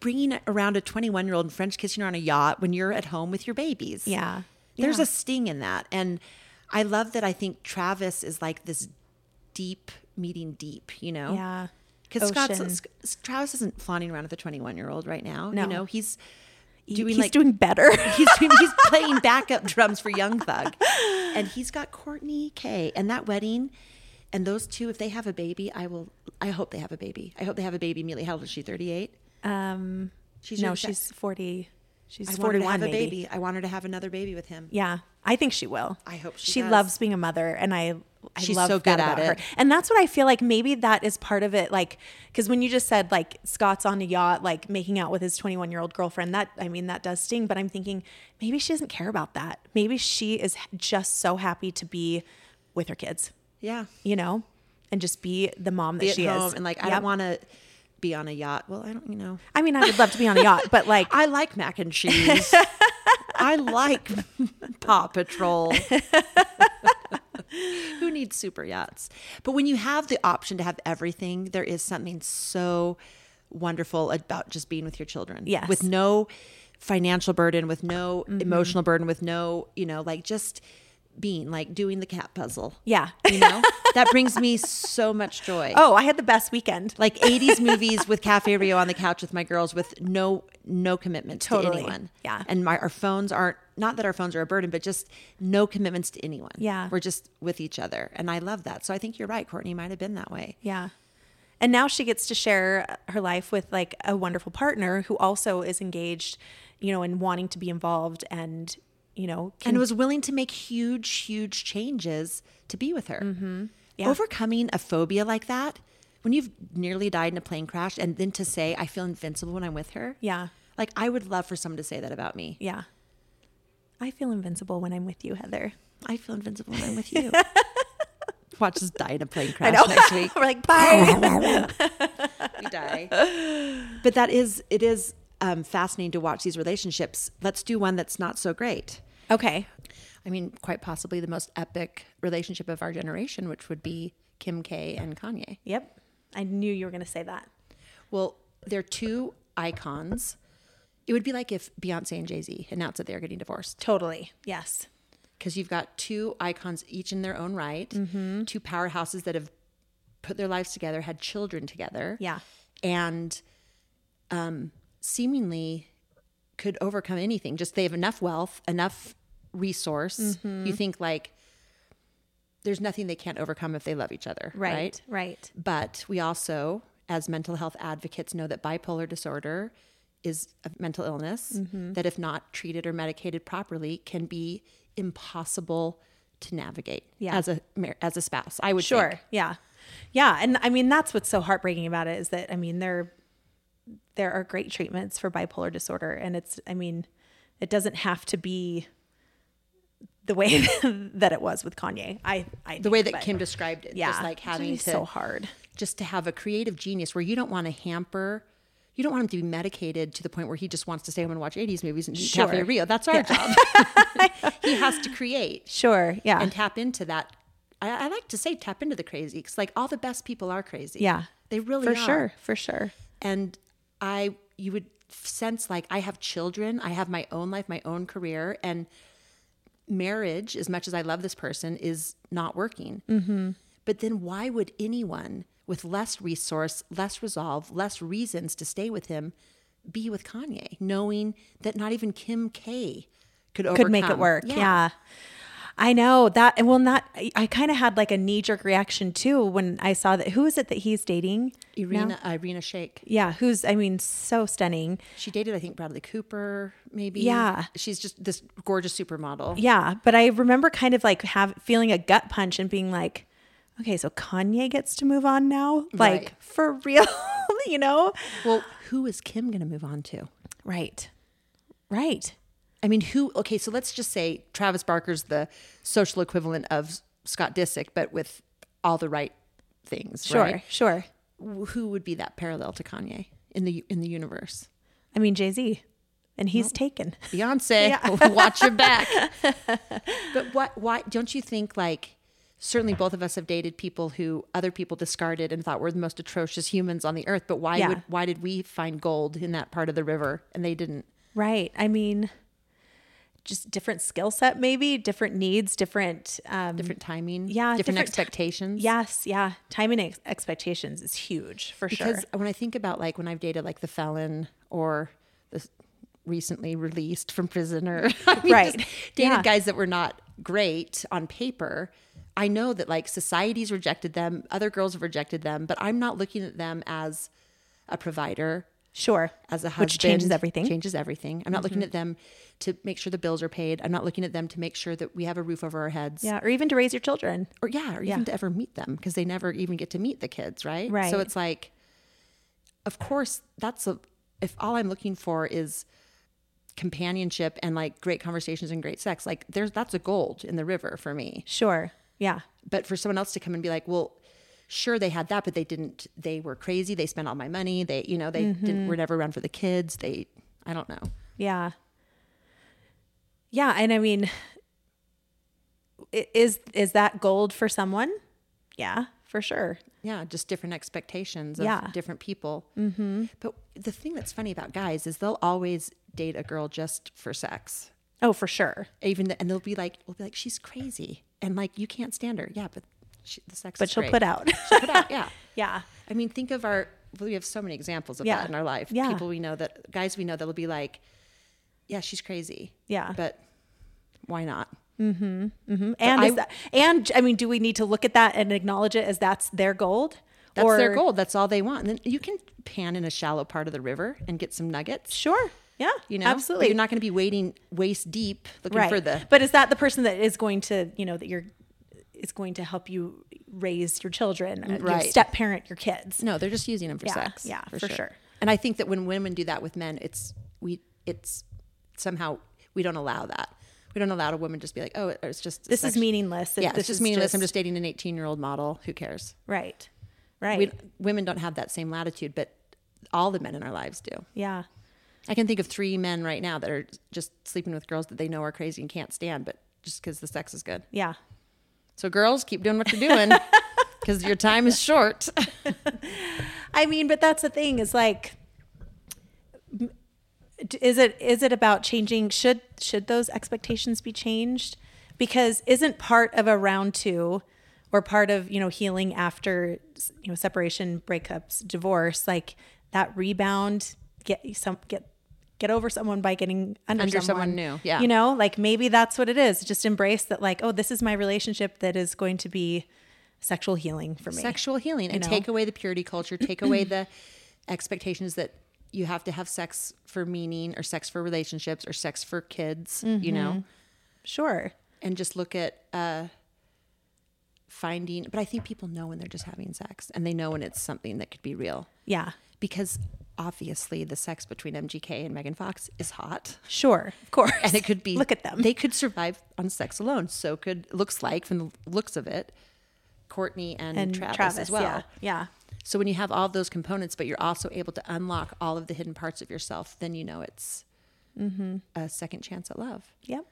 Speaker 3: bringing around a 21 year old and French kissing her on a yacht when you're at home with your babies.
Speaker 4: Yeah.
Speaker 3: There's
Speaker 4: Yeah.
Speaker 3: a sting in that. And I love that I think Travis is like this deep meeting deep, you know?
Speaker 4: Yeah.
Speaker 3: Because
Speaker 4: Ocean.
Speaker 3: Scott's Sc- Travis isn't flaunting around with a 21 year old right now.
Speaker 4: No.
Speaker 3: You know, he's
Speaker 4: Doing
Speaker 3: doing
Speaker 4: he's
Speaker 3: like
Speaker 4: doing better.
Speaker 3: he's doing, he's playing backup drums for Young Thug, and he's got Courtney K. And that wedding, and those two, if they have a baby, I will. I hope they have a baby. I hope they have a baby immediately. How old is she? Thirty eight.
Speaker 4: um,
Speaker 3: She's
Speaker 4: no,
Speaker 3: your-
Speaker 4: she's 40. She's
Speaker 3: I want her to have
Speaker 4: 41
Speaker 3: a
Speaker 4: maybe.
Speaker 3: baby. I want her to have another baby with him.
Speaker 4: Yeah, I think she will.
Speaker 3: I hope she
Speaker 4: She
Speaker 3: does.
Speaker 4: loves being a mother, and I. I
Speaker 3: She's
Speaker 4: love
Speaker 3: so
Speaker 4: that
Speaker 3: good at
Speaker 4: about her.
Speaker 3: it.
Speaker 4: And that's what I feel like maybe that is part of it. Like, because when you just said, like, Scott's on a yacht, like making out with his 21 year old girlfriend, that, I mean, that does sting, but I'm thinking maybe she doesn't care about that. Maybe she is h- just so happy to be with her kids,
Speaker 3: Yeah.
Speaker 4: you know, and just be the mom that
Speaker 3: Be at
Speaker 4: she
Speaker 3: home
Speaker 4: is.
Speaker 3: and like I
Speaker 4: Yep.
Speaker 3: don't want to be on a yacht. Well, I don't, you know.
Speaker 4: I mean, I would love to be on a yacht, but like,
Speaker 3: I like mac and cheese. I like Paw Patrol. Who needs super yachts? But when you have the option to have everything, there is something so wonderful about just being with your children.
Speaker 4: Yes. Mm-hmm.
Speaker 3: With no financial burden, with no emotional burden, with no, you know, like just being like doing the cat puzzle.
Speaker 4: yeah.
Speaker 3: You know? that brings me so much joy
Speaker 4: Oh, I had the best weekend.
Speaker 3: like 80s movies with Cafe Rio on the couch with my girls with no no commitments to
Speaker 4: Totally.
Speaker 3: anyone.
Speaker 4: Yeah.
Speaker 3: And my, our phones aren't not that our phones are a burden, but just no commitments to anyone.
Speaker 4: Yeah.
Speaker 3: We're just with each other. And I love that. So I think you're right. Courtney might have been that way.
Speaker 4: Yeah. And now she gets to share her life with like a wonderful partner who also is engaged, you know, and wanting to be involved and, you know, can,
Speaker 3: And was willing to make huge, huge changes to be with her.
Speaker 4: Mm-hmm.
Speaker 3: Overcoming a phobia like that, when you've nearly died in a plane crash, and then to say, I feel invincible when I'm with her.
Speaker 4: yeah.
Speaker 3: Like I would love for someone to say that about me.
Speaker 4: Yeah. I feel invincible when I'm with you, Heather.
Speaker 3: I feel invincible when I'm with you. Watch us die in a plane crash
Speaker 4: know.
Speaker 3: next week.
Speaker 4: We're like, bye.
Speaker 3: We die. But that is it is um, fascinating to watch these relationships. Let's do one that's not so great.
Speaker 4: okay.
Speaker 3: I mean, quite possibly the most epic relationship of our generation, which would be Kim K and Kanye.
Speaker 4: Yep. I knew you were going to say that.
Speaker 3: Well, they're two icons. It would be like if Beyonce and Jay Z announced that they're getting divorced.
Speaker 4: Totally. Yes.
Speaker 3: because you've got two icons each in their own right two powerhouses that have put their lives together had children together
Speaker 4: Yeah.
Speaker 3: and um, seemingly could overcome anything just they have enough wealth enough resource
Speaker 4: Mm-hmm.
Speaker 3: you think like there's nothing they can't overcome if they love each other right,
Speaker 4: Right. Right.
Speaker 3: but we also as mental health advocates know that bipolar disorder is a mental illness
Speaker 4: Mm-hmm.
Speaker 3: that if not treated or medicated properly can be impossible to navigate
Speaker 4: Yeah.
Speaker 3: as a mar- as a spouse i would
Speaker 4: Sure.
Speaker 3: think.
Speaker 4: Yeah. Yeah. And I mean, that's what's so heartbreaking about it is that, I mean, there, there are great treatments for bipolar disorder. And it's, I mean, it doesn't have to be the way that it was with Kanye. I, I
Speaker 3: the way that
Speaker 4: think, but
Speaker 3: kim described it
Speaker 4: yeah,
Speaker 3: just like
Speaker 4: it's gonna
Speaker 3: having
Speaker 4: be
Speaker 3: to
Speaker 4: so hard.
Speaker 3: just to have a creative genius where you don't want to hamper you don't want him to be medicated to the point where he just wants to stay home and watch 80s movies and eat Cafe
Speaker 4: Sure.
Speaker 3: Rio. That's our job. he has to create.
Speaker 4: Sure. Yeah.
Speaker 3: and tap into that. I, I like to say tap into the crazy because like all the best people are crazy.
Speaker 4: yeah.
Speaker 3: they really
Speaker 4: For
Speaker 3: are.
Speaker 4: sure. For sure.
Speaker 3: And I, you would sense like I have children, I have my own life, my own career, and marriage. As much as I love this person, is not working.
Speaker 4: Mm-hmm.
Speaker 3: But then why would anyone with less resource, less resolve, less reasons to stay with him be with Kanye, knowing that not even Kim K could overcome.
Speaker 4: could make it work. Yeah. I know that. and Well, not, I, I kind of had like a knee jerk reaction too when I saw that. Who is it that he's dating?
Speaker 3: Irina, Irina Shayk.
Speaker 4: Yeah. Who's, I mean, so stunning.
Speaker 3: She dated, I think, Bradley Cooper, maybe.
Speaker 4: Yeah.
Speaker 3: She's just this gorgeous supermodel.
Speaker 4: Yeah. But I remember kind of like have feeling a gut punch and being like, okay, so Kanye gets to move on now? Like
Speaker 3: Right.
Speaker 4: for real, you know?
Speaker 3: Well, who is Kim going to move on to?
Speaker 4: Right. Right.
Speaker 3: I mean, who? Okay, so let's just say Travis Barker's the social equivalent of Scott Disick, but with all the right things.
Speaker 4: Sure.
Speaker 3: right?
Speaker 4: Sure.
Speaker 3: W- Who would be that parallel to Kanye in the in the universe?
Speaker 4: I mean, Jay Z. And he's taken.
Speaker 3: Beyonce, watch your back. but what? Why don't you think like? Certainly, both of us have dated people who other people discarded and thought were the most atrocious humans on the earth. But why
Speaker 4: Yeah.
Speaker 3: would why did we find gold in that part of the river and they didn't?
Speaker 4: Right. I mean, just different skill set, maybe different needs, different. Um,
Speaker 3: Different timing, different,
Speaker 4: Yeah, different ti-
Speaker 3: expectations.
Speaker 4: yes. Yeah. Time and ex- expectations is huge for
Speaker 3: because
Speaker 4: sure.
Speaker 3: when I think about like when I've dated like the felon or the s- recently released from prison or I mean,
Speaker 4: Right.
Speaker 3: just dated
Speaker 4: Yeah.
Speaker 3: guys that were not great on paper. I know that like society's rejected them, other girls have rejected them, but I'm not looking at them as a provider,
Speaker 4: Sure.
Speaker 3: as a husband.
Speaker 4: Which changes everything. Mm-hmm.
Speaker 3: Changes everything. I'm not looking at them to make sure the bills are paid. I'm not looking at them to make sure that we have a roof over our heads
Speaker 4: Yeah. Or even to raise your children.
Speaker 3: or yeah, or even to ever meet them because they never even get to meet the kids, right?
Speaker 4: Right.
Speaker 3: So it's like, of course, that's a if all I'm looking for is companionship and like great conversations and great sex, like there's that's a gold in the river for me.
Speaker 4: Sure. Yeah.
Speaker 3: But for someone else to come and be like, well, sure they had that, but they didn't. They were crazy. They spent all my money. They, you know, they didn't were never around for the kids. They, I don't know.
Speaker 4: Yeah. Yeah, and I mean i- is is that gold for someone? Yeah, for sure.
Speaker 3: Yeah, just different expectations of
Speaker 4: Yeah.
Speaker 3: different people. Mm-hmm. But the thing that's funny about guys is they'll always date a girl just for sex.
Speaker 4: Oh, for sure.
Speaker 3: Even the, and they'll be like, we'll be like, she's crazy, and like you can't stand her. Yeah, but she, the sex.
Speaker 4: But
Speaker 3: is
Speaker 4: she'll
Speaker 3: great.
Speaker 4: put out.
Speaker 3: She'll put out. Yeah.
Speaker 4: yeah.
Speaker 3: I mean, think of our. We have so many examples of
Speaker 4: Yeah.
Speaker 3: that in our life.
Speaker 4: Yeah.
Speaker 3: People we know that guys we know that'll be like, yeah, she's crazy.
Speaker 4: Yeah.
Speaker 3: But why not?
Speaker 4: And
Speaker 3: I-
Speaker 4: is that, and I mean, do we need to look at that and acknowledge it as that's their gold?
Speaker 3: That's their goal. That's all they want. And then you can pan in a shallow part of the river and get some nuggets.
Speaker 4: Sure. Yeah.
Speaker 3: You know, But
Speaker 4: Absolutely.
Speaker 3: you're not going to be wading waist deep looking
Speaker 4: right.
Speaker 3: for the.
Speaker 4: But is that the person that is going to, you know, that you're is going to help you raise your children, uh, your
Speaker 3: Right.
Speaker 4: step parent your kids?
Speaker 3: No, they're just using them for
Speaker 4: Yeah,
Speaker 3: sex.
Speaker 4: yeah, for sure.
Speaker 3: And I think that when women do that with men, it's we it's somehow we don't allow that. We don't allow a woman just be like, oh, it's just
Speaker 4: This is
Speaker 3: meaningless.
Speaker 4: meaningless.
Speaker 3: Yeah,
Speaker 4: this
Speaker 3: it's just meaningless. I'm just dating an 18 year old model. Who cares?
Speaker 4: right. Right.
Speaker 3: We, women don't have that same latitude, but all the men in our lives do.
Speaker 4: yeah.
Speaker 3: I can think of three men right now that are just sleeping with girls that they know are crazy and can't stand, but just because the sex is good.
Speaker 4: Yeah.
Speaker 3: So, girls, keep doing what you're doing because your time is short.
Speaker 4: I mean, but that's the thing is like m- is it is it about changing should should those expectations be changed? Because isn't part of a round 2 or part of, you know, healing after you know separation, breakups, divorce, like that rebound get some get get over someone by getting under,
Speaker 3: Under someone new, yeah.
Speaker 4: You know, like maybe that's what it is. Just embrace that like, oh, this is my relationship that is going to be sexual healing for me.
Speaker 3: Sexual healing and
Speaker 4: know?
Speaker 3: take away the purity culture, take away the expectations that you have to have sex for meaning or sex for relationships or sex for kids, you
Speaker 4: Mm-hmm.
Speaker 3: know?
Speaker 4: sure.
Speaker 3: and just look at uh finding but i think people know when they're just having sex and they know when it's something that could be real
Speaker 4: Yeah.
Speaker 3: because obviously the sex between mgk and megan fox is hot
Speaker 4: Sure, of course.
Speaker 3: and it could be
Speaker 4: Look at them.
Speaker 3: they could survive on sex alone so could looks like from the looks of it courtney and,
Speaker 4: and
Speaker 3: travis,
Speaker 4: Travis,
Speaker 3: as well
Speaker 4: Yeah, yeah,
Speaker 3: so when you have all of those components but you're also able to unlock all of the hidden parts of yourself then you know it's a second chance at love
Speaker 4: yep,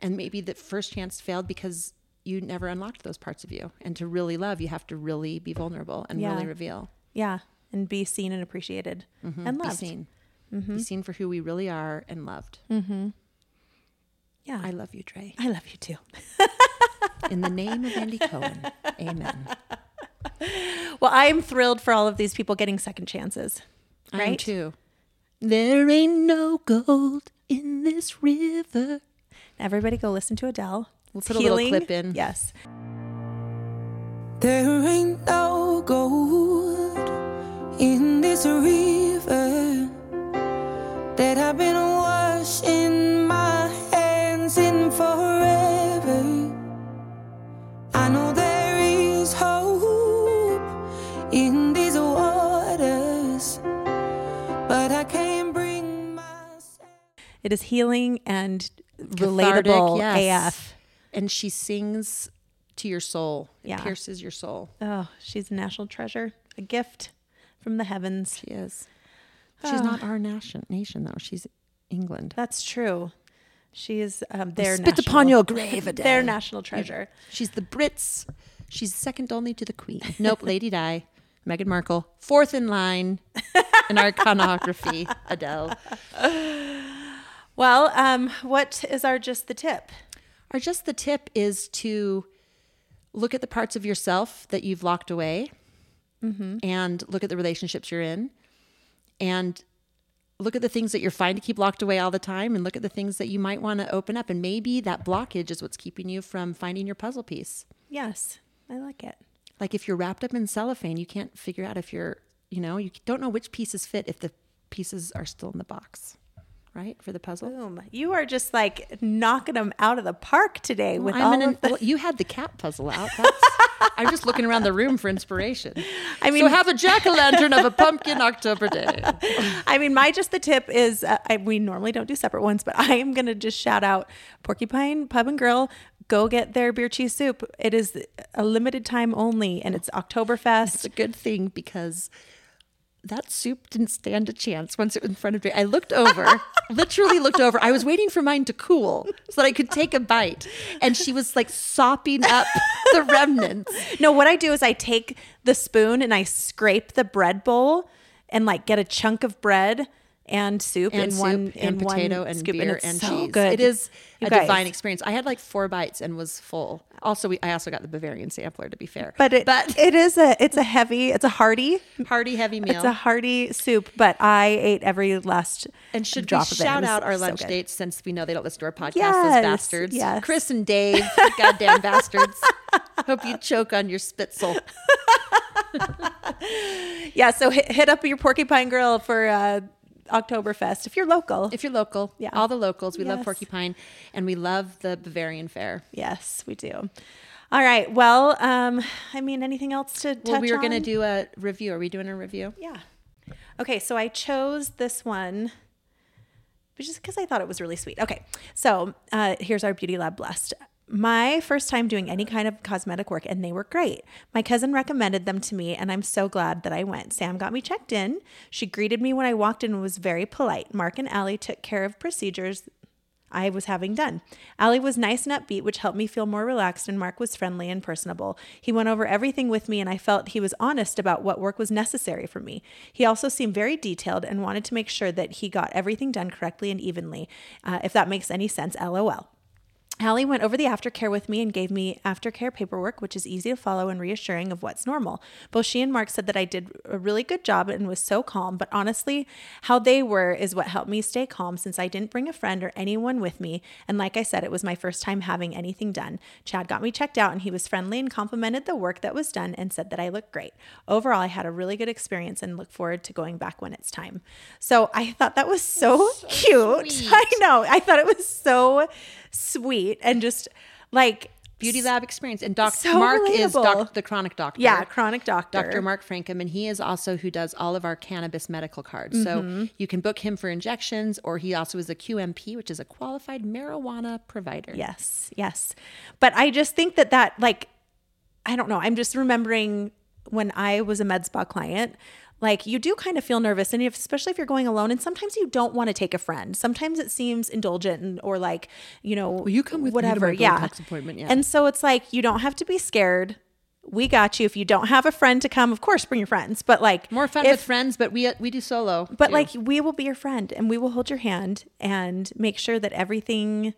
Speaker 3: and maybe the first chance failed because you never unlocked those parts of you and to really love you have to really be vulnerable and
Speaker 4: Yeah.
Speaker 3: really reveal
Speaker 4: yeah. And be seen and appreciated and
Speaker 3: Mm-hmm. be
Speaker 4: loved.
Speaker 3: seen be seen for who we really are and loved
Speaker 4: Yeah,
Speaker 3: i love you Dre.
Speaker 4: I love you too.
Speaker 3: in the name of andy cohen amen
Speaker 4: Well, I'm thrilled for all of these people getting second chances.
Speaker 3: i am
Speaker 4: Right?
Speaker 3: too there ain't no gold in this river
Speaker 4: Everybody, go listen to Adele. We'll
Speaker 3: put a little clip in.
Speaker 4: Yes,
Speaker 5: There ain't no gold in this river that I've been washing my hands in forever. I know there is hope in these waters, but I can't bring myself.
Speaker 4: it is healing and
Speaker 3: Cathartic,
Speaker 4: relatable
Speaker 3: yes.
Speaker 4: AF.
Speaker 3: and she sings to your soul it
Speaker 4: Yeah.
Speaker 3: pierces your soul
Speaker 4: Oh, she's a national treasure, a gift from the heavens.
Speaker 3: she is Ah. she's not our nation nation though she's england
Speaker 4: That's true. She is um, their
Speaker 3: spit
Speaker 4: national,
Speaker 3: upon your grave,
Speaker 4: Their
Speaker 3: Adele.
Speaker 4: national treasure.
Speaker 3: She's the Brits. She's second only to the Queen. Nope, Lady Di, Meghan Markle, fourth in line in our iconography, Adele.
Speaker 4: Well, um, what is our just the tip?
Speaker 3: Or just the tip is to look at the parts of yourself that you've locked away and look at the relationships you're in and look at the things that you're fine to keep locked away all the time and look at the things that you might want to open up. And maybe that blockage is what's keeping you from finding your puzzle piece.
Speaker 4: Yes, I like it.
Speaker 3: like if you're wrapped up in cellophane you can't figure out if you're you know you don't know which pieces fit if the pieces are still in the box right for the puzzle
Speaker 4: Boom. You are just like knocking them out of the park today with
Speaker 3: I'm
Speaker 4: all
Speaker 3: an-
Speaker 4: of the.
Speaker 3: well, you had the cat puzzle out That's, i'm just looking around the room for inspiration
Speaker 4: I mean,
Speaker 3: so have a jack-o'-lantern of a pumpkin october day
Speaker 4: I mean, my just the tip is uh, I, we normally don't do separate ones, but I am going to just shout out Porcupine Pub and Grill. go get their beer cheese soup. It is a limited time only, and it's Oktoberfest.
Speaker 3: It's a good thing because that soup didn't stand a chance once it was in front of me. I looked over, literally looked over. I was waiting for mine to cool so that I could take a bite. And she was like sopping up the remnants.
Speaker 4: No, what I do is I take the spoon and I scrape the bread bowl and like get a chunk of bread and soup
Speaker 3: And,
Speaker 4: and,
Speaker 3: soup
Speaker 4: one
Speaker 3: and,
Speaker 4: one
Speaker 3: potato and
Speaker 4: scoop,
Speaker 3: beer
Speaker 4: it's
Speaker 3: and
Speaker 4: so
Speaker 3: cheese.
Speaker 4: Good.
Speaker 3: It is
Speaker 4: You
Speaker 3: a
Speaker 4: guys,
Speaker 3: divine experience. I had like four bites and was full. Also, we, I also got the Bavarian sampler to be fair.
Speaker 4: But it
Speaker 3: but
Speaker 4: it is a it's a heavy it's a hearty
Speaker 3: hearty heavy meal.
Speaker 4: it's a hearty soup. But I ate every last
Speaker 3: And should we
Speaker 4: drop of it. It
Speaker 3: shout
Speaker 4: was
Speaker 3: out our
Speaker 4: so
Speaker 3: lunch
Speaker 4: good.
Speaker 3: dates since we know they don't listen to our podcast,
Speaker 4: Yes,
Speaker 3: those bastards?
Speaker 4: yes.
Speaker 3: Chris and Dave, goddamn bastards. Hope you choke on your spitzel.
Speaker 4: Yeah, so hit, hit up your Porcupine Grill for uh, Oktoberfest if you're local.
Speaker 3: If you're local,
Speaker 4: Yeah.
Speaker 3: all the locals, we love
Speaker 4: Yes.
Speaker 3: porcupine and we love the Bavarian fair.
Speaker 4: yes, we do. All right. Well, um, I mean, anything else to
Speaker 3: Well,
Speaker 4: touch
Speaker 3: we were going to
Speaker 4: on?
Speaker 3: do a review. Are we doing a review?
Speaker 4: Yeah. Okay, so I chose this one but just because I thought it was really sweet. Okay, so uh, here's our Beauty Lab Blessed. My first time doing any kind of cosmetic work, and they were great. My cousin recommended them to me, and I'm so glad that I went. Sam got me checked in. She greeted me when I walked in and was very polite. Mark and Allie took care of procedures I was having done. Allie was nice and upbeat, which helped me feel more relaxed, and Mark was friendly and personable. He went over everything with me, and I felt he was honest about what work was necessary for me. He also seemed very detailed and wanted to make sure that he got everything done correctly and evenly. Uh, if that makes any sense, lol. Allie went over the aftercare with me and gave me aftercare paperwork, which is easy to follow and reassuring of what's normal. Both she and Mark said that I did a really good job and was so calm, but honestly, how they were is what helped me stay calm since I didn't bring a friend or anyone with me. And like I said, it was my first time having anything done. Chad got me checked out and he was friendly and complimented the work that was done and said that I looked great. Overall, I had a really good experience and look forward to going back when it's time. So I thought that was so, cute. I know. I thought it was so sweet and just like
Speaker 3: Beauty lab experience. And Doc
Speaker 4: So
Speaker 3: Mark is
Speaker 4: relatable.
Speaker 3: doc- the chronic doctor.
Speaker 4: yeah, chronic doctor.
Speaker 3: Dr. Mark Frankham, and he is also who does all of our cannabis medical cards.
Speaker 4: Mm-hmm.
Speaker 3: So you can book him for injections, or he also is a QMP, which is a qualified marijuana provider.
Speaker 4: Yes, yes. But I just think that that like I don't know. I'm just remembering when I was a med spa client. Like you do kind of feel nervous, and if, especially if you're going alone, and sometimes you don't want to take a friend. Sometimes it seems indulgent, and or like you know,
Speaker 3: you come with me to
Speaker 4: whatever,
Speaker 3: my
Speaker 4: yeah.
Speaker 3: Botox appointment, yeah.
Speaker 4: And so it's like you don't have to be scared. We got you. If you don't have a friend to come, of course, bring your friends. But like
Speaker 3: More fun
Speaker 4: if,
Speaker 3: with friends, but we we do solo.
Speaker 4: but
Speaker 3: too.
Speaker 4: like we will be your friend and we will hold your hand and make sure that everything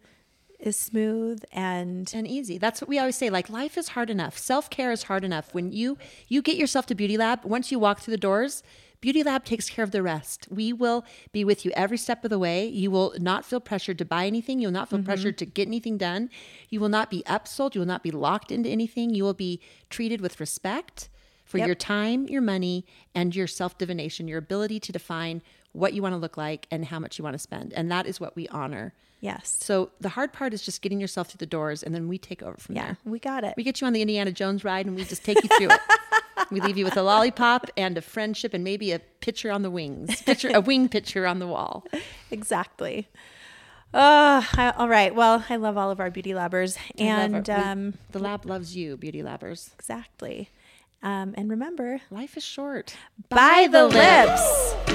Speaker 4: is smooth and
Speaker 3: and easy. That's what we always say. Like life is hard enough. Self care is hard enough. When you you get yourself to Beauty Lab, once you walk through the doors, Beauty Lab takes care of the rest. We will be with you every step of the way. You will not feel pressured to buy anything. You'll not feel pressured to get anything done. You will not be upsold. You will not be locked into anything. You will be treated with respect for your time, your money, and your self divination. Your ability to define what you want to look like and how much you want to spend. And that is what we honor.
Speaker 4: yes.
Speaker 3: So the hard part is just getting yourself through the doors, and then we take over from
Speaker 4: Yeah,
Speaker 3: there.
Speaker 4: we got it.
Speaker 3: We get you on the Indiana Jones ride, and we just take you through it. We leave you with a lollipop and a friendship, and maybe a picture on the wings, picture a wing picture on the wall.
Speaker 4: exactly. Oh, I- all right. Well, I love all of our beauty labbers
Speaker 3: Love
Speaker 4: and
Speaker 3: our- we-
Speaker 4: um
Speaker 3: the lab loves you, beauty labbers.
Speaker 4: exactly. Um and remember,
Speaker 3: Life is short.
Speaker 4: by the lips.